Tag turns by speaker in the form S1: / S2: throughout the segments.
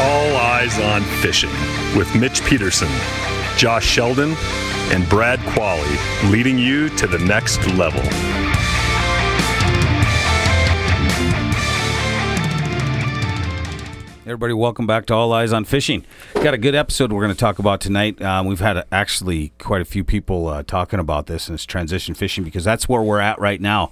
S1: All eyes on fishing with Mitch Peterson, Josh Sheldon, and Brad Qualley, leading you to the next level.
S2: Everybody, welcome back to All Eyes on Fishing. Got a good episode we're going to talk about tonight. Um, we've had uh, actually quite a few people uh, talking about this and it's transition fishing because that's where we're at right now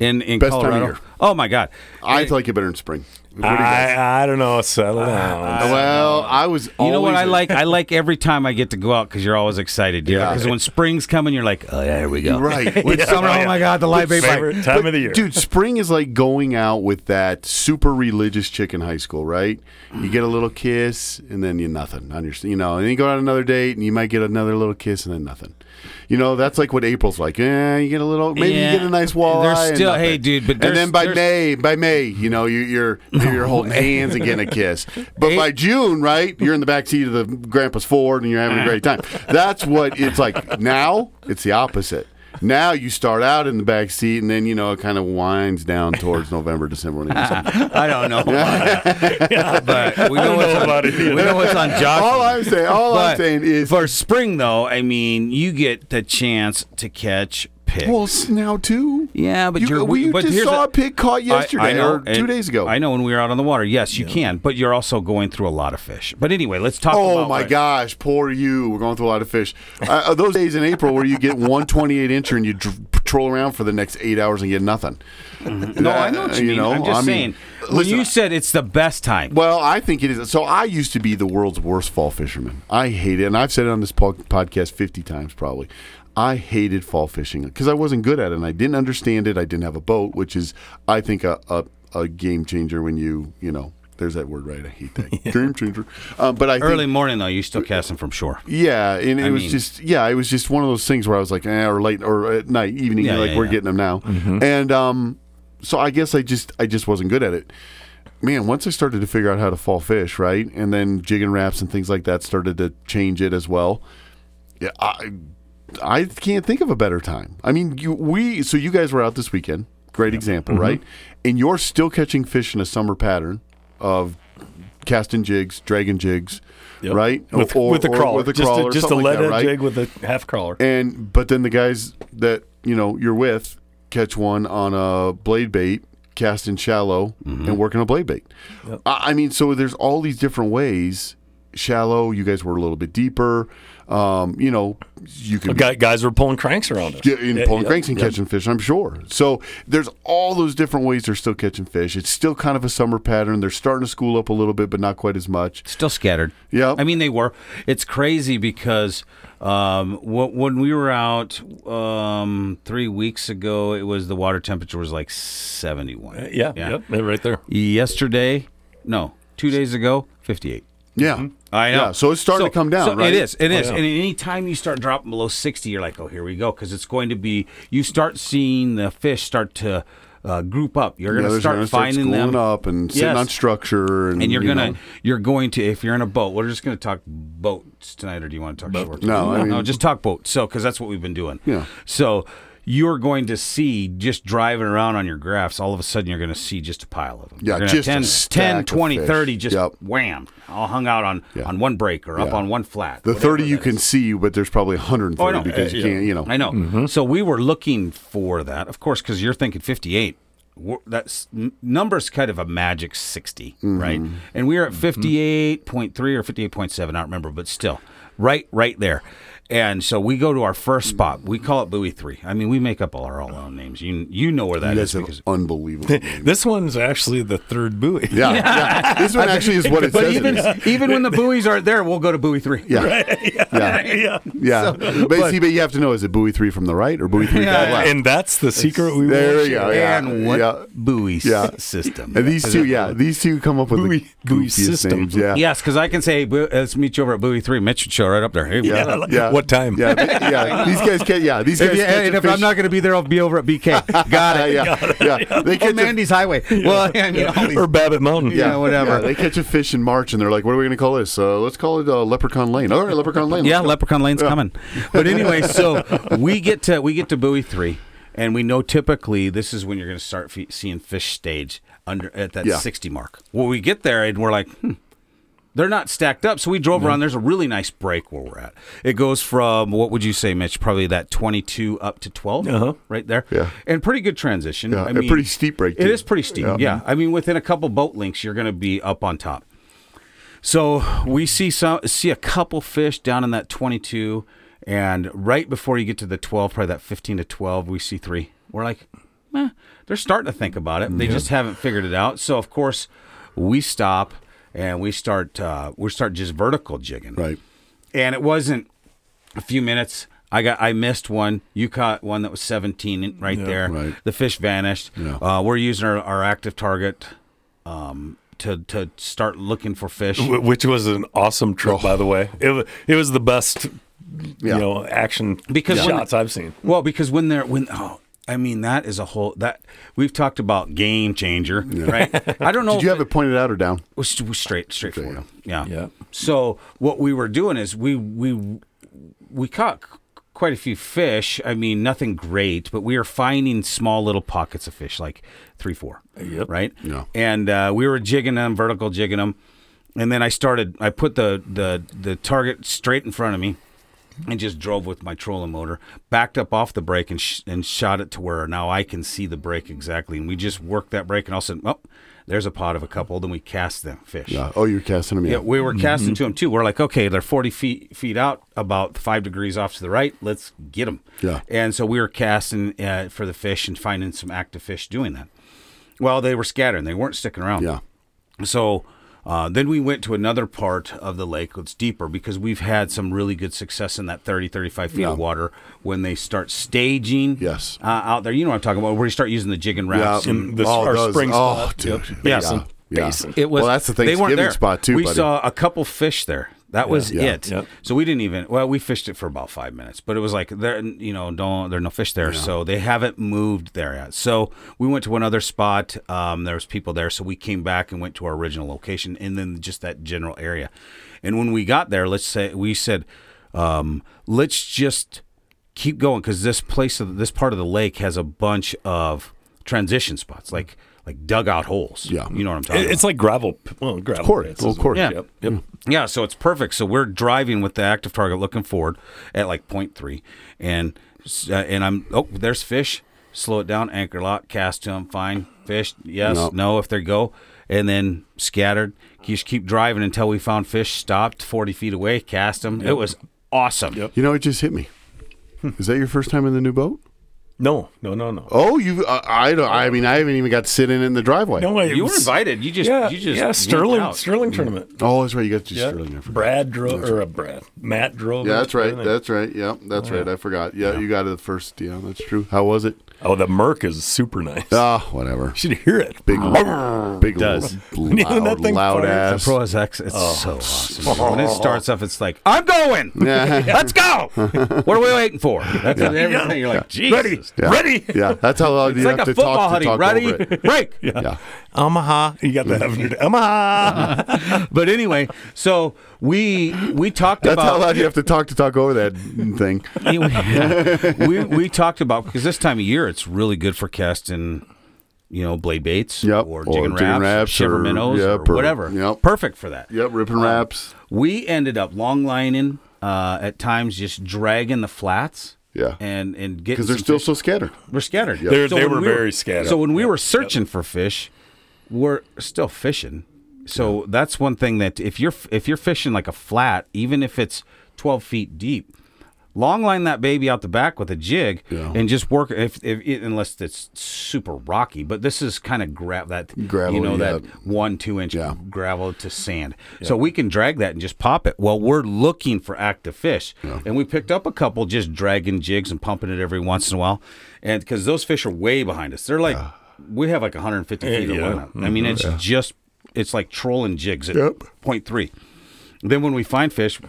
S2: in in
S3: Best time of
S2: Colorado.
S3: year.
S2: Oh my God!
S3: I like it better in spring. What do you guys- Uh,
S4: I, I don't know. Settle down.
S3: well, I was.
S2: You know what
S3: always-
S2: I like? I like every time I get to go out because you're always excited. Yeah.
S3: Yeah.
S2: Because when spring's coming, you're like, oh yeah, here we go.
S3: Right.
S2: When summer, oh my God, the live
S4: Favorite
S2: bait.
S4: time of the year.
S3: Dude, spring is like going out with that super religious chick in high school, right? You get a little kiss and then you nothing. On your, you know, and then you go on another date and you might get another little kiss and then nothing. You know, that's like what April's like. Eh, you get a little, maybe
S2: Yeah.
S3: you get a nice
S2: There's
S3: walleye. and
S2: still-
S3: nothing.
S2: hey, dude, but
S3: and
S2: there's-
S3: then by
S2: there's- Oh,
S3: May, by May, you know, you, you're you're holding hands and getting a kiss. But by June, right, you're in the back seat of the grandpa's Ford and you're having a great time. That's what it's like. Now it's the opposite. Now you start out in the back seat and then you know it kind of winds down towards November, December. When it gets up.
S2: I don't know. but we know, what's on,
S4: about it either.
S2: we know what's on Josh.
S3: all I'm saying, all I'm
S2: But
S3: saying is,
S2: for spring though, I mean, you get the chance to catch pigs.
S3: well, s- now too.
S2: yeah, but
S3: you,
S2: are
S3: we
S2: but
S3: just
S2: here's
S3: saw
S2: a-
S3: a pig caught
S2: I- I
S3: yesterday
S2: know,
S3: or two
S2: and
S3: days ago.
S2: I know when we were out on the water. Yes, you can, but you're also going through a lot of fish. But anyway, let's talk.
S3: Oh
S2: about
S3: my
S2: what-
S3: gosh, poor you. We're going through a lot of fish. Uh, are those days in April where you get one 28 incher and you dr- patrol around for the next eight hours and get nothing.
S2: No, I know what you, mean.
S3: know,
S2: I'm just
S3: I mean,
S2: saying. when
S3: listen,
S2: you said it's the best time,
S3: well, I think it is. So I used to be the world's worst fall fisherman. I hate it, and I've said it on this po- podcast fifty times probably. I hated fall fishing because I wasn't good at it, and I didn't understand it. I didn't have a boat, which is, I think, a a, a game changer when you you know. There's that word, right? I hate that game changer. Um, but I think
S2: early morning though, you still cast them from shore.
S3: yeah, and it was
S2: mean-
S3: just yeah, it was just one of those things where I was like, eh, or late or at night, evening,
S2: Yeah,
S3: like
S2: yeah,
S3: we're
S2: yeah. Mm-hmm.
S3: getting them now, and um, so I guess I just I just wasn't good at it. Man, once I started to figure out how to fall fish, right, and then jig and wraps and things like that started to change it as well. Yeah, I I can't think of a better time. I mean, you we so you guys were out this weekend, great example,
S2: Mm-hmm.
S3: right? And you're still catching fish in a summer pattern of casting jigs, dragging jigs, right?
S4: With,
S3: Or-
S4: with a
S3: or
S4: crawler,
S3: with a
S4: just
S3: crawler,
S4: a, just a
S3: something like
S4: lead
S3: that, right?
S4: jig with a half crawler.
S3: And but then the guys that you know you're with catch one on a blade bait, cast in shallow,
S2: Mm-hmm.
S3: and working a blade bait. I, I mean, so there's all these different ways. Shallow, you guys were a little bit deeper. Um, you know, you can
S4: Guy- Guys were pulling cranks around us.
S3: yeah, in pulling
S4: yeah,
S3: cranks and catching fish, I'm sure. So there's all those different ways they're still catching fish. It's still kind of a summer pattern. They're starting to school up a little bit, but not quite as much.
S2: Still scattered.
S3: Yeah.
S2: I mean, they were. It's crazy because um, wh- when we were out um, three weeks ago, it was the water temperature was like 71.
S4: Uh, Yeah, yep, they're right there.
S2: Yesterday, no, two days ago, 58.
S3: Yeah,
S2: Mm-hmm. I know.
S3: Yeah, so it's starting to come down,
S2: so
S3: right?
S2: It is. It is.
S4: yeah.
S2: And any time you start dropping below 60, you're like, oh, here we go. Because it's going to be, you start seeing the fish start to uh, group up. You're going
S3: Yeah,
S2: to
S3: they're
S2: start
S3: gonna
S2: finding
S3: schooling
S2: them.
S3: up and sitting
S2: Yes.
S3: on structure, and,
S2: And you're
S3: you
S2: gonna,
S3: know.
S2: you're going to, if you're in a boat, we're just gonna talk boats tonight, or do you want to talk short?
S3: No, I
S2: no,
S3: mean-
S2: just talk boats. So, because that's what we've been doing.
S3: Yeah.
S2: So you're going to see just driving around on your graphs. All of a sudden, you're going to see just a pile of them.
S3: Yeah,
S2: You're gonna
S3: just a
S2: have 10,
S3: stack
S2: 10,
S3: of
S2: 20,
S3: fish.
S2: 30, just
S3: Yep.
S2: wham, all hung out on
S3: Yeah.
S2: on one break or up
S3: Yeah.
S2: on one flat.
S3: The
S2: whatever
S3: 30 you
S2: that
S3: can
S2: is.
S3: see, but there's probably 130
S2: Oh, I know.
S3: because you can't, you know.
S2: I know. So we were looking for that, of course, because you're thinking 58. We're- That's n- numbers kind of a magic 60,
S3: Mm-hmm.
S2: right? And we are at 58.3 or 58.7, I don't remember, but still, right, right there. And so we go to our
S3: Mm.
S2: first spot. We call it Buoy Three. I mean, we make up all our all own names. You you know where that
S3: That's
S2: is
S3: an
S2: because
S3: unbelievable. name.
S4: This one's actually the third buoy.
S3: yeah, yeah. This one actually is what it
S2: But
S3: says. it
S2: even
S3: is.
S2: even when the buoys aren't there, we'll go to Buoy Three.
S3: Yeah. Yeah.
S4: yeah.
S3: Yeah. but, see, but you have to know is it buoy three from the right or buoy three from the left?
S4: And that's the secret we
S3: There
S4: will
S3: you
S4: share.
S3: go. Yeah,
S2: And what
S3: yeah.
S2: buoy s-
S3: Yeah.
S2: system?
S3: And these two, yeah, these two come up with
S4: Buoy-
S3: the
S4: buoy
S3: goofiest
S4: system.
S3: names. Yeah.
S2: Yes, because I can say, "Boo- let's meet you over at Buoy 3. Mitch would show right up there. Hey,
S3: Yeah.
S2: yeah.
S4: Like,
S3: Yeah.
S4: what time?
S3: Yeah, th- yeah. These guys can't. Yeah, these guys.
S2: If you-
S3: catch
S2: and
S3: a
S2: if I'm
S3: fish-
S2: not going to be there, I'll be over at Oh, BK. Got
S3: yeah,
S2: it.
S3: yeah, yeah. They
S2: Or
S3: catch a,
S2: Mandy's Highway. Well, I mean, all these-
S4: or Babbitt Mountain.
S2: Yeah. whatever.
S3: they catch a fish in March, and they're like, "What are we going to call this? Uh, let's call it uh, Leprechaun Lane." All right, Leprechaun Lane.
S2: yeah,
S3: let's go.
S2: Leprechaun Lane's coming. But anyway, so we get to we get to buoy three, and we know typically this is when you're going to start fe- seeing fish stage under at that
S3: Yeah.
S2: sixty mark. Well, we get there and we're like, hmm, they're not stacked up. So we drove around. There's a really nice break where we're at. It goes from what would you say, Mitch? Probably that twenty-two up to 12
S4: Uh-huh.
S2: right there.
S3: Yeah.
S2: and pretty good transition.
S3: Yeah, a pretty steep break,
S2: It
S3: too.
S2: is pretty steep. Yeah. I mean within a couple boat links, you're going to be up on top. So we see some see a couple fish down in that 22, and right before you get to the 12, probably that 15 to 12, we see three. We're like, eh, they're starting to think about it. They just haven't figured it out. So of course, we stop and we start uh, we start just vertical jigging.
S3: Right.
S2: And it wasn't a few minutes. I got I missed one. You caught one that was 17 in- right there.
S3: right.
S2: The fish vanished. Uh, we're using our, our active target um, to to start looking for fish.
S4: Wh- Which was an awesome trip, by the way. It was, it was the best,
S3: Yeah.
S4: you know, action
S2: Because when-
S4: shots I've seen.
S2: Well, because when they're when oh, I mean that is a whole that we've talked about game changer, right? I don't know.
S3: Did you
S2: if
S3: have it pointed out or down?
S2: it was was straight straight forward. Yeah.
S4: Yeah.
S2: So what we were doing is we we we caught c- quite a few fish. I mean, nothing great, but we were finding small little pockets of fish, like three, four.
S4: Yep.
S2: Right.
S3: Yeah.
S2: And uh, we were jigging them, vertical jigging them, and then I started. I put the the the target straight in front of me. And just drove with my trolling motor, backed up off the brake and sh- and shot it to where now I can see the brake exactly. And we just worked that brake, and all of a sudden, oh, there's a pot of a couple. Then we cast them fish.
S3: Yeah. Mm-hmm. Oh, you're casting them.
S2: Yeah,
S3: Yeah.
S2: we were casting to them too. We're like, okay, they're forty feet feet out, about five degrees off to the right. Let's get them.
S3: Yeah.
S2: And so we were casting uh, for the fish and finding some active fish doing that. Well, they were scattering; they weren't sticking around.
S3: Yeah.
S2: So uh, then we went to another part of the lake that's deeper because we've had some really good success in that 30, 35 feet of
S3: Yeah.
S2: water when they start staging.
S3: Yes.
S2: Uh, out there, you know what I'm talking about, where you start using the jig and wraps. and-
S4: this-
S3: oh,
S4: our
S3: those-
S4: spring
S3: oh,
S4: spot.
S3: dude.
S4: Yep.
S2: Yeah.
S3: Yeah.
S2: Basin.
S3: yeah.
S4: Basin.
S2: It was.
S3: Well, that's the
S2: they weren't
S3: Thanksgiving
S2: there.
S3: spot too,
S2: We
S3: buddy.
S2: saw a couple fish there. That was
S3: Yeah.
S2: it.
S4: Yep.
S2: So we didn't even. Well, we fished it for about five minutes, but it was like there. You know, don't there are no fish there, so they haven't moved there yet. So we went to another spot. Um, there was people there, so we came back and went to our original location, and then just that general area. And when we got there, let's say we said, um, let's just keep going because this place, this part of the lake, has a bunch of transition spots, like like dugout holes.
S3: Yeah.
S2: you know what I'm talking
S4: It-
S2: about.
S4: It's like gravel. p- Well, gravel.
S3: Quarry.
S4: pits, Hmm.
S3: Well,
S4: isn't it?
S3: quarry.
S2: Yeah.
S4: Yep. Yep.
S2: Yeah, so it's perfect. So we're driving with the active target looking forward at like point three, and uh, and I'm oh there's fish. Slow it down, anchor lock, cast to them, fine fish. Yes,
S3: No.
S2: no, if they go, and then scattered. You just keep driving until we found fish. Stopped forty feet away, cast them. It was awesome.
S3: You know, it just hit me. Is that your first time in the new boat?
S4: No, no, no, no.
S3: Oh, you. Uh, I don't. I mean, I haven't even got to sit in in the driveway.
S4: no way.
S2: You were invited. You just
S4: Yeah,
S2: you just
S4: yeah.
S2: lucked
S4: Sterling,
S2: out.
S4: Sterling tournament.
S3: Oh, that's right. You got to
S4: Yeah.
S3: Sterling. I forgot.
S4: Brad drove, or a Brad, Matt drove. it,
S3: Yeah, that's right.
S4: everything.
S3: That's right. Yeah, that's right. I forgot. Yeah, you got it the first. Yeah, that's true. How was it?
S4: oh, the Merc is super nice. You
S3: Ah, whatever.
S4: should hear it.
S3: Big, big,
S2: Does.
S3: loud,
S4: That thing
S3: loud
S4: fires.
S3: ass.
S2: Pro SX, it's
S4: Oh.
S2: so awesome. When it starts off, it's like I'm going.
S3: Yeah.
S2: Let's go. what are we waiting for? That's everything. You're like, Jesus.
S4: Ready, ready.
S3: yeah, that's how loud
S2: It's
S3: you
S2: like
S3: have
S2: a
S3: to
S2: football
S3: talk to
S2: hoodie.
S3: talk
S2: Ready?
S3: over it.
S2: Break.
S3: Yeah,
S4: Omaha. You got that afternoon. Omaha.
S2: But anyway, so we we talked
S3: that's how
S2: about
S3: loud you have to talk to talk over that thing.
S2: we we talked about because this time of year it's really good for casting, you know, blade baits
S3: Yep,
S2: or
S3: or
S2: jigging
S3: jigging
S2: wraps,
S3: wraps
S2: shiver
S3: or-
S2: minnows
S3: yep,
S2: or
S3: or-
S2: whatever.
S3: yep.
S2: Perfect for that.
S3: Yep, ripping wraps.
S2: We ended up long lining uh, at times, just dragging the flats.
S3: Yeah.
S2: and and getting
S3: Because they're
S2: some
S3: still
S2: fish.
S3: so scattered.
S2: We're scattered.
S4: They're- they
S2: when
S4: were
S2: we
S4: very scattered.
S2: So when we were searching for fish, we're still fishing. So that's one thing that if you're if you're fishing like a flat, even if it's 12 feet deep, long line that baby out the back with a jig and just work. If, if it, unless it's super rocky, but this is kind of grab that you
S3: Gravel,
S2: know
S3: yeah.
S2: that one two inch
S3: Yeah.
S2: gravel to sand. So we can drag that and just pop it. Well, we're looking for active fish, and we picked up a couple just dragging jigs and pumping it every once in a while, and because those fish are way behind us, they're like we have like 150 feet of
S4: yeah.
S2: line. I mean, it's just it's like trolling jigs at point three. Then when we find fish,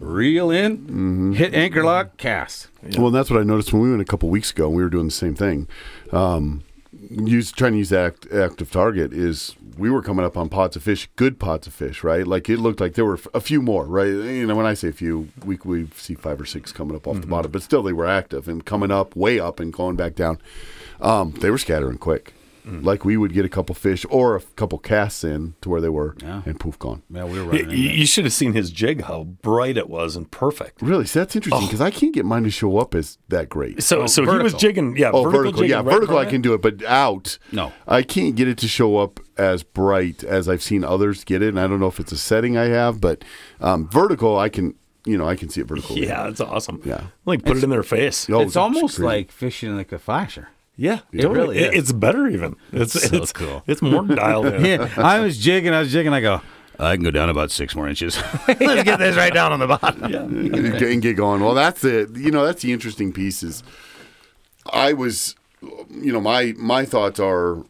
S2: reel in,
S4: Mm-hmm.
S2: hit anchor lock, cast.
S3: Well, and that's what I noticed when we went a couple weeks ago and we were doing the same thing. Um, use trying to use that act, active target is we were coming up on pots of fish, good pots of fish, right? Like it looked like there were f- a few more, right? You know, when I say a few, we we see five or six coming up off the bottom, but still they were active and coming up way up and going back down. Um, they were scattering quick. Like we would get a couple fish or a couple casts in to where they were, and poof, gone.
S2: Yeah, we were
S4: Y-
S2: running.
S4: y-
S2: in there.
S4: You should have seen his jig, how bright it was and perfect.
S3: Really, so that's interesting because I can't get mine to show up as that great.
S4: So, so he was
S2: vertical.
S4: jigging. Yeah,
S3: Oh, vertical.
S4: jigging
S3: Yeah,
S4: right
S3: vertical. I
S4: from
S3: can do it, but out.
S2: No.
S3: I can't get it to show up as bright as I've seen others get it, and I don't know if it's a setting I have, but um, vertical, I can. You know, I can see it vertical.
S4: Yeah, it's awesome.
S3: Yeah.
S4: like put it in their face.
S3: Oh,
S2: it's almost
S3: crazy.
S2: like fishing like a flasher.
S4: Yeah,
S2: It really is.
S4: It's better even. It's
S2: So
S4: it's
S2: cool.
S4: It's more dialed in.
S2: Yeah, I was jigging, I was jigging, I go, I can go down about six more inches.
S4: Let's get this right down on the bottom. Yeah.
S3: and get- and get going. Well, that's it. You know, that's the interesting piece is I was, you know, my my thoughts are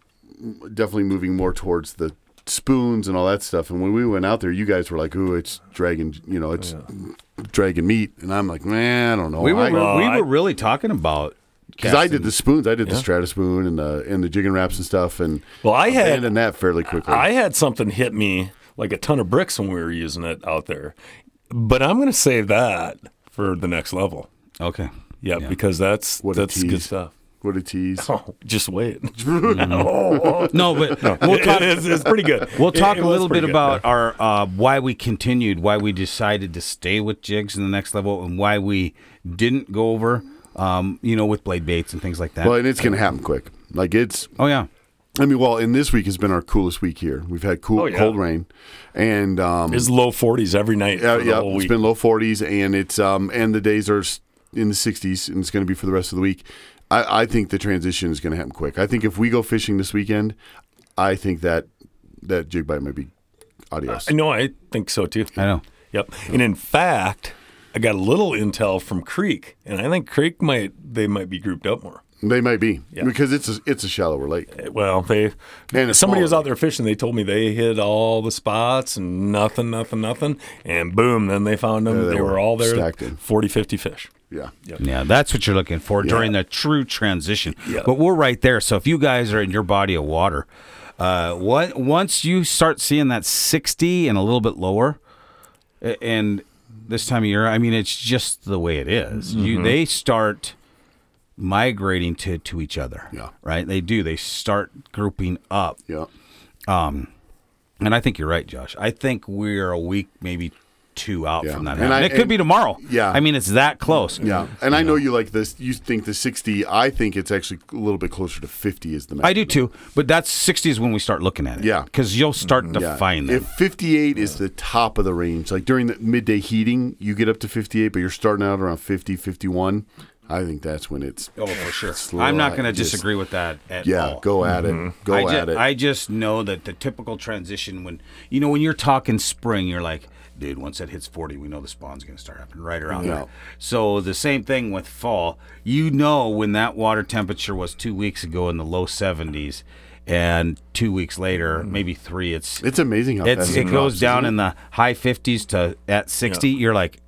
S3: definitely moving more towards the spoons and all that stuff. And when we went out there, you guys were like, "Ooh, it's dragon," you know, it's dragon meat, and I'm like, "Man, I don't know."
S2: we were
S3: I-
S2: we
S4: I-
S2: were really talking about
S3: because I
S2: casting.
S3: did the spoons, I did the strata spoon and the and the jig and wraps and stuff, and
S4: Well, I had-
S3: abandoned that fairly quickly.
S4: I had something hit me like a ton of bricks when we were using it out there, but I'm gonna save that for the next level.
S2: Okay.
S4: Yeah, because that's
S3: What a
S4: that's good
S3: tease. Mm-hmm.
S4: stuff.
S3: what a tease!
S4: Oh, just wait.
S2: No, but we'll
S4: It-
S2: talk
S4: it's, it's pretty good.
S2: We'll
S4: It-
S2: talk
S4: it
S2: a
S4: was
S2: little bit
S4: pretty good.
S2: about our uh, why we continued, why we decided to stay with jigs in the next level, and why we didn't go over, um, you know, with blade baits and things like that.
S3: Well, and it's gonna happen quick. Like it's,
S2: oh yeah,
S3: I mean, well, and this week has been our coolest week here. We've had cool,
S4: Oh, yeah.
S3: cold rain, and um,
S4: It's low 40s every night.
S3: yeah,
S4: for the
S3: yeah,
S4: whole
S3: it's
S4: week.
S3: been low 40s, and it's um, and the days are s- in the 60s, and it's going to be for the rest of the week. I, I think the transition is going to happen quick. I think if we go fishing this weekend, I think that that jig bite might be adios.
S4: No, I think so too.
S2: I know.
S4: Yep. And in fact, I got a little intel from Creek, and I think Creek might they might be grouped up more.
S3: They might be
S4: Yeah.
S3: because it's a, it's a shallower lake.
S4: Eh, Well, they
S3: And it's
S4: somebody
S3: smaller.
S4: was out there fishing. They told me they hit all the spots and nothing, nothing, nothing, and boom, then they found them.
S3: Yeah,
S4: they, were all there,
S3: stacked in.
S4: 40, 50 fish.
S3: Yeah.
S2: Yeah, that's what you're looking for during the true transition.
S4: Yeah.
S2: But we're right there. So if you guys are in your body of water, uh, what once you start seeing that 60 and a little bit lower, a- and this time of year, I mean, it's just the way it is.
S3: Mm-hmm.
S2: You they start migrating to to each other.
S3: Yeah.
S2: Right. They do. They start grouping up.
S3: Yeah.
S2: And I think you're right, Josh. I think we're a week, maybe two out
S3: Yeah.
S2: from that.
S3: And
S2: happening.
S3: I-
S2: it could
S3: and-
S2: be tomorrow.
S3: yeah.
S2: I mean, it's that close.
S3: Yeah, and I know you like this. You think the sixty. I think it's actually a little bit closer to fifty is the. Maximum.
S2: I do too, but that's 60 is when we start looking at it.
S3: Yeah. Mm-hmm.
S2: Because you'll start to
S3: Yeah.
S2: find them.
S3: If fifty-eight is the top of the range, like during the midday heating, you get up to fifty-eight, but you're starting out around 50, 51. I think that's when it's.
S2: oh, for sure.
S3: Slow,
S2: I'm not going
S3: I
S2: to
S3: just-
S2: disagree with that at
S3: Yeah,
S2: all.
S3: go at it. Go
S2: Oh. Mm-hmm. I
S3: at
S2: ju-
S3: it.
S2: I just know that the typical transition when, you know, when you're talking spring, you're like, dude, once that hits 40, we know the spawn's going to start happening right around
S3: Yeah.
S2: there. So the same thing with fall. You know, when that water temperature was two weeks ago in the low 70s, and two weeks later,
S3: Mm-hmm.
S2: maybe three, it's
S3: it's amazing how
S2: it's
S3: fast
S2: it
S3: drops,
S2: goes down
S3: isn't
S2: in the high 50s to at 60 you're like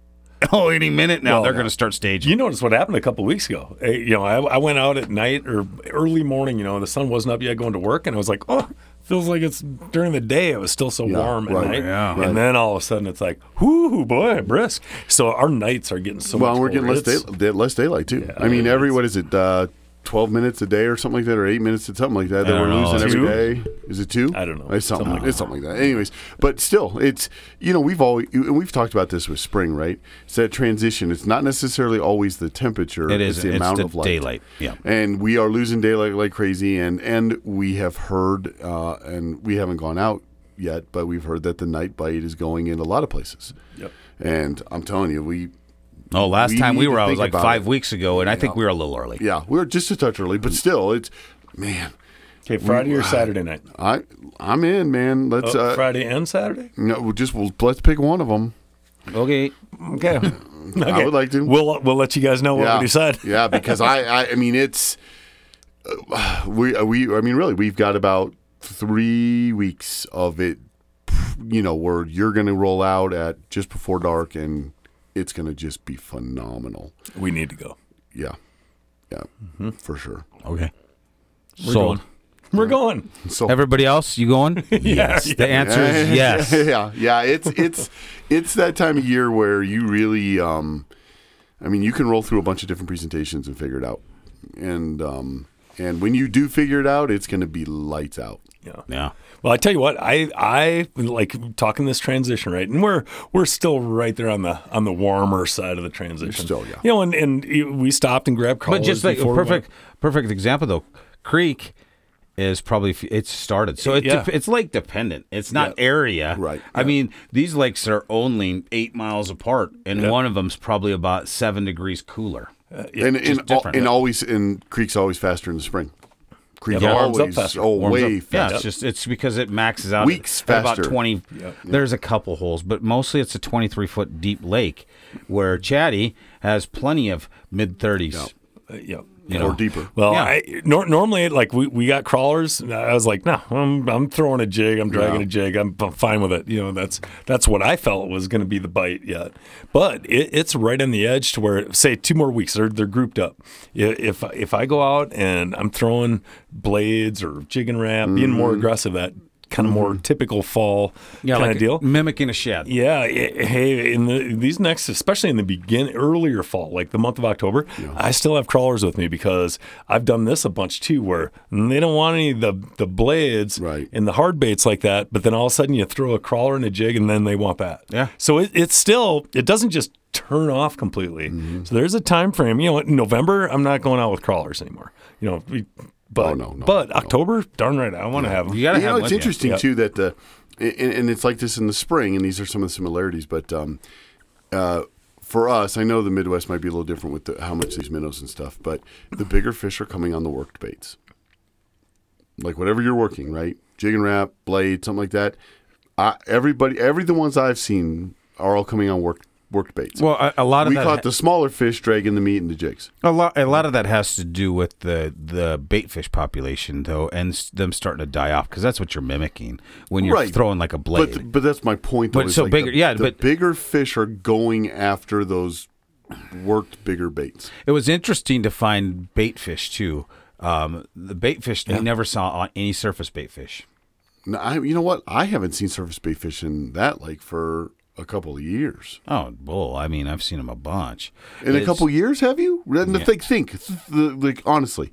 S2: oh any minute now they're going to start staging
S4: You noticed what happened a couple weeks ago. Eh, You know, I, I went out at night or early morning. You know, the sun wasn't up yet, going to work, and I was like, oh, feels like it's during the day. It was still so
S3: Yeah,
S4: warm at
S3: right,
S4: night,
S2: yeah.
S3: right.
S4: and then all of a sudden it's like, whoo, boy, brisk. So our nights are getting so.
S3: it? Well,
S4: much
S3: we're getting
S4: colder.
S3: less, day,
S4: It's-
S3: day- less daylight too. I mean, every what is it? Uh, Twelve minutes a day or something like that, or eight minutes to something like that. That
S2: don't
S3: we're
S2: know.
S3: losing
S4: Two?
S3: every day. Is it two?
S4: I don't know.
S3: It's something.
S4: Something
S3: it's something like that. Anyways, but still, it's you know we've always and we've talked about this with spring, right? It's that transition. It's not necessarily always the temperature.
S2: It
S3: it's
S2: isn't.
S3: the
S2: It's
S3: amount
S2: the
S3: of light.
S2: daylight. Yeah.
S3: and we are losing daylight like crazy. And and we have heard, uh, and we haven't gone out yet, but we've heard that the night bite is going in a lot of places.
S4: Yep.
S3: And I'm telling you, we
S2: oh last
S3: we
S2: time
S3: need
S2: we
S3: to
S2: were i was
S3: think
S2: like
S3: about
S2: five
S3: it.
S2: weeks ago and i think we were a little early
S3: yeah, we we're just a touch early, but still, it's man,
S4: Okay, Friday or Saturday night?
S3: I I'm in, man. Let's
S4: Oh,
S3: uh,
S4: Friday and Saturday.
S3: no, we'll just we'll, let's pick one of them.
S2: okay
S4: Okay.
S3: I would like to.
S4: We'll we'll let you guys know what we decide.
S3: yeah, because I, I, I mean, it's uh, we, we, I mean, really, we've got about three weeks of it. You know, where you're going to roll out at just before dark and it's going to just be phenomenal.
S4: We need to go.
S3: Yeah. Yeah.
S4: Mm-hmm.
S3: For sure.
S2: Okay.
S4: Sold.
S2: Sold.
S4: We're going.
S3: So
S2: Everybody else, you going? yes. The answer is yes.
S3: yeah, yeah. It's it's it's that time of year where you really, um, I mean, you can roll through a bunch of different presentations and figure it out, and um, and when you do figure it out, it's going to be lights out.
S4: Yeah.
S2: Yeah.
S4: Well, I tell you what, I I like talking this transition right, and we're we're still right there on the on the warmer side of the transition.
S3: Still, yeah.
S4: You know, and and we stopped and grabbed collars.
S2: But just like a
S4: before we
S2: perfect, perfect example though, Creek is probably f- it's started, so it
S4: Yeah.
S2: dep it's lake dependent. It's not area,
S3: Right,
S2: I mean, these lakes are only eight miles apart, and one of them's probably about seven degrees cooler.
S3: and and, al-
S2: Uh, different.
S3: and always and creeks always faster in the spring. Creeks
S4: Yeah, warms up
S3: always
S4: faster.
S3: oh
S2: Warms
S3: way
S2: up-
S3: faster.
S2: Yeah, it's just it's because it maxes out
S3: Weeks
S2: at about
S3: faster.
S2: twenty. There's a couple holes, but mostly it's a twenty-three foot deep lake where Chatty has plenty of mid thirties.
S4: went. Uh, yeah.
S2: You know,
S3: or deeper.
S4: Well,
S2: Yeah.
S4: I, nor, normally, like we, we got crawlers. And I was like, no, I'm, I'm throwing a jig. I'm dragging a jig. I'm, I'm fine with it. You know, that's that's what I felt was going to be the bite yet. But it, it's right on the edge to where, say, two more weeks, they're they're grouped up. I- If if I go out and I'm throwing blades or jigging wrap, being more aggressive, that kind of more typical fall
S2: yeah,
S4: kind
S2: like
S4: of deal.
S2: mimicking a shed.
S4: Yeah, i- hey, in the, these next, especially in the begin earlier fall, like the month of October, I still have crawlers with me because I've done this a bunch too, where they don't want any of the the blades
S3: Right.
S4: and the hard baits like that. But then all of a sudden, you throw a crawler and a jig, and then they want that.
S2: Yeah.
S4: So it, it's still it doesn't just turn off completely.
S2: Mm-hmm.
S4: So there's a time frame. You know, in November, I'm not going out with crawlers anymore. You know, we- but
S2: Oh,
S3: no, no,
S4: but
S3: no.
S4: October, darn right, I want to have them.
S2: You gotta
S3: You
S2: have
S3: know,
S2: one,
S3: it's
S2: yeah.
S3: interesting
S4: Yeah.
S3: too that the and, and it's like this in the spring, and these are some of the similarities. But um, uh, for us, I know the Midwest might be a little different with the, how much these minnows and stuff, but the bigger fish are coming on the worked baits, like whatever you're working, right? Jig and wrap, blade, something like that. I, everybody, every the ones I've seen are all coming on work worked baits.
S2: Well, a, a lot of
S3: we
S2: that
S3: caught the smaller fish dragging the meat and the jigs.
S2: A lot, a lot of that has to do with the the bait fish population, though, and s- them starting to die off because that's what you're mimicking when you're
S3: Right.
S2: throwing like a blade.
S3: But but that's my point. Though,
S2: But
S3: is
S2: so
S3: like
S2: bigger-
S3: the,
S2: yeah,
S3: the
S2: but-
S3: bigger fish are going after those worked bigger baits.
S2: it was interesting to find bait fish too. Um, the bait fish we never saw on any surface bait fish.
S3: No, I, you know what? I haven't seen surface bait fish in that lake for a couple of years.
S2: Oh, bull! I mean, I've seen them a bunch.
S3: In a
S2: It's-
S3: couple of years, have you? Rather than think, think, th- th- like honestly,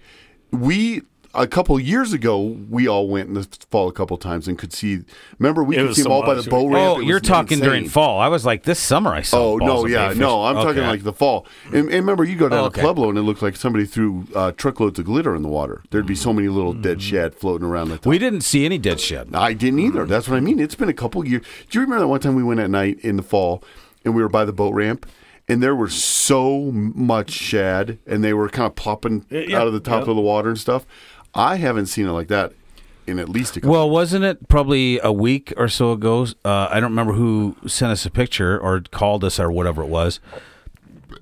S3: we a couple of years ago we all went in the fall a couple of times and could see. Remember, we
S4: It
S3: could
S4: was
S3: see them
S4: so
S3: all by
S4: much.
S3: the boat ramp.
S2: Oh,
S3: It
S2: you're
S3: was
S2: talking during
S3: insane.
S2: fall. I was like, this summer I saw.
S3: Oh
S2: balls
S3: no,
S2: of bait
S3: yeah,
S2: fish.
S3: no. I'm talking
S2: Okay.
S3: like the fall. And, and remember, you go down
S2: Oh,
S3: to
S2: okay.
S3: Pueblo and it looked like somebody threw uh, truckloads of glitter in the water. There'd be so many little
S2: Mm.
S3: dead shad floating around. Like that.
S2: we didn't see any dead shed.
S3: I didn't
S2: Mm.
S3: either. That's what I mean. It's been a couple years. Do you remember that one time we went at night in the fall and we were by the boat ramp and there were so much shad and they were kind of plopping
S2: Uh,
S4: yeah,
S3: out of the top
S4: yeah.
S3: of the water and stuff? I haven't seen it like that in at least a couple
S2: Well, wasn't it probably a week or so ago? Uh, I don't remember who sent us a picture or called us or whatever it was.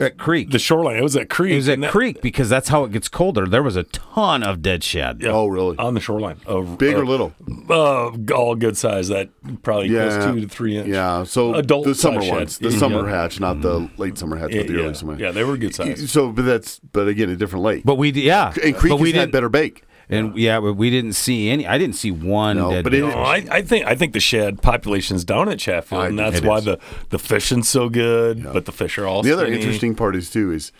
S2: At Creek.
S4: the shoreline. It was that creek.
S2: it was at
S4: and that-
S2: Creek because that's how it gets colder. There was a ton of dead shad.
S4: yeah,
S3: Oh, really?
S4: On the shoreline, of
S3: Big
S4: uh,
S3: or little?
S4: Uh, all good size. That probably
S3: Yeah.
S4: goes two to three inch.
S3: Yeah. So
S4: Adult
S3: the summer
S4: size shed.
S3: ones. The
S4: Yeah.
S3: summer hatch, not the late summer hatch,
S4: Yeah,
S3: but the
S4: yeah.
S3: early summer hatch.
S4: Yeah, they were good size.
S3: So, but that's, but again, a different lake.
S2: But we, d- yeah.
S3: and Creek
S2: but
S3: has
S2: we
S3: had
S2: didn't,
S3: better bake.
S2: And yeah, but we didn't see any. I didn't see one
S3: No,
S2: dead
S3: but it-
S2: bait.
S4: No, I, I think I think the shad population's down at Chatfield,
S3: I
S4: and
S3: think
S4: that's
S3: it
S4: why
S3: is.
S4: the the fishing's so good. But the fish are all
S3: The other
S4: skinny.
S3: interesting part is too is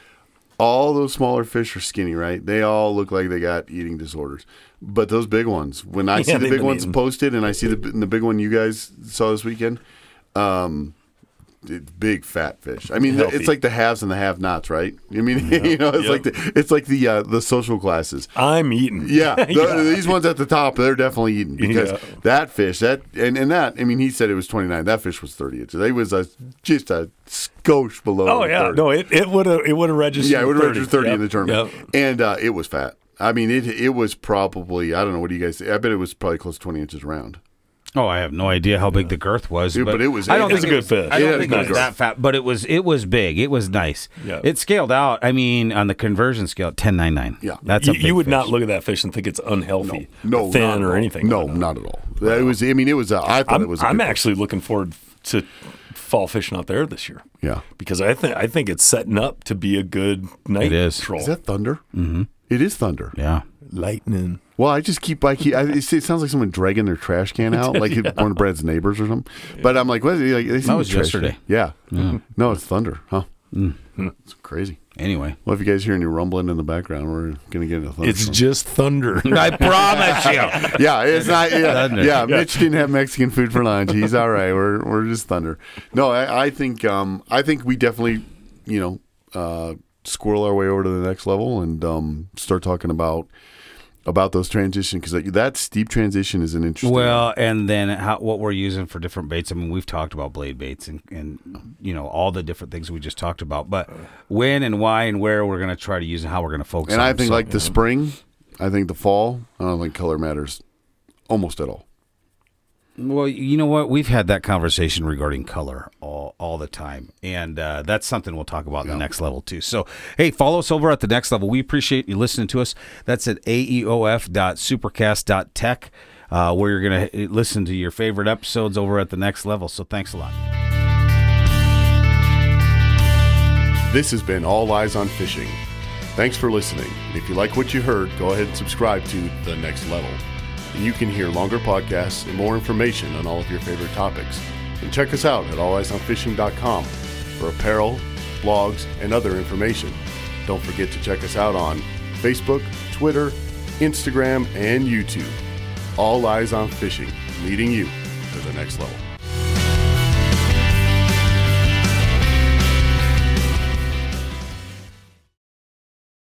S3: all those smaller fish are skinny, right? They all look like they got eating disorders. But those big ones, when I see
S4: Yeah,
S3: the
S4: they've
S3: big
S4: been
S3: ones
S4: eating.
S3: posted, and I see the and the big one you guys saw this weekend, um, it- big fat fish. I mean,
S4: Healthy. Mm-hmm.
S3: it's like the haves and the have-nots, right? I mean, you know, it's
S4: Yep.
S3: like the it's like the uh, the social classes.
S4: I'm eating.
S3: Yeah, the- these ones at the top, they're definitely eating because
S4: Yeah.
S3: that fish that and, and that. I mean, he said it was twenty nine. That fish was thirty. So they was a, just a skosh below.
S4: Oh
S3: the
S4: yeah.
S3: 30.
S4: No, it it would have it would have registered.
S3: Yeah, it would have registered 30 in the
S4: Yep,
S3: tournament.
S4: yep.
S3: And uh, it was fat. I mean, it it was probably, I don't know, what do you guys think? I bet it was probably close to 20 inches round.
S2: Oh, I have no idea how big the girth was,
S3: Dude,
S2: but,
S3: but it was-
S2: I don't
S3: it
S4: was
S2: think
S4: a
S2: it
S4: good
S2: was,
S4: fish.
S2: I
S4: It
S2: don't
S4: was
S2: think it was
S4: nice.
S2: that fat, but it was it was big. It was nice.
S4: Yeah.
S2: It scaled out. I mean, on the conversion scale, ten nine nine.
S3: Yeah.
S2: that's
S4: You,
S2: a big
S4: you would
S2: fish.
S4: not look at that fish and think it's unhealthy,
S3: No,
S4: or thin
S3: not at
S4: or
S3: all.
S4: anything.
S3: No, not at all. It was, I mean, it was, a, I thought
S4: I'm,
S3: it was. a
S4: I'm
S3: good-
S4: actually looking forward to fall fishing out there this year
S3: Yeah.
S4: because I think I think it's setting up to be a good night
S2: It is.
S4: troll.
S3: Is that thunder? Mm-hmm. is thunder.
S2: Yeah.
S4: lightning.
S3: Well, I just keep by keep. I, it sounds like someone dragging their trash can out, like it's one of Brad's neighbors or something. But I'm like, what? Is it? Like, they see
S2: was
S3: the trash can.
S2: yesterday.
S3: Yeah. No, it's thunder, huh? It's crazy.
S2: Anyway.
S3: Well, if you guys hear any rumbling in the background, we're gonna get a thunder.
S4: It's just thunder.
S2: I promise you.
S3: yeah, it's not. Yeah,
S2: Thunder.
S3: yeah. Mitch didn't have Mexican food for lunch. He's all right. We're we're just thunder. No, I, I think um, I think we definitely, you know, uh, squirrel our way over to the next level and um, start talking about about those transition because that, that steep transition is an interesting.
S2: Well, and then how, what we're using for different baits. I mean, we've talked about blade baits and, and you know all the different things we just talked about. But when and why and where we're going to try to use and how we're going to focus.
S3: and
S2: on
S3: I
S2: them.
S3: think
S2: So-
S3: like the spring, I think the fall. I don't think color matters almost at all.
S2: Well, you know what? We've had that conversation regarding color all, all the time. And uh, that's something we'll talk about in the next level, too. So, hey, follow us over at the next level. We appreciate you listening to us. That's at E aeof.supercast.tech, uh, where you're going to listen to your favorite episodes over at the next level. So, thanks a lot.
S3: This has been All Eyes on Fishing. Thanks for listening. And if you like what you heard, go ahead and subscribe to The Next Level. And you can hear longer podcasts and more information on all of your favorite topics. And check us out at alleyesonfishing.com for apparel, blogs, and other information. Don't forget to check us out on Facebook, Twitter, Instagram, and YouTube. All Eyes on Fishing, leading you to the next level.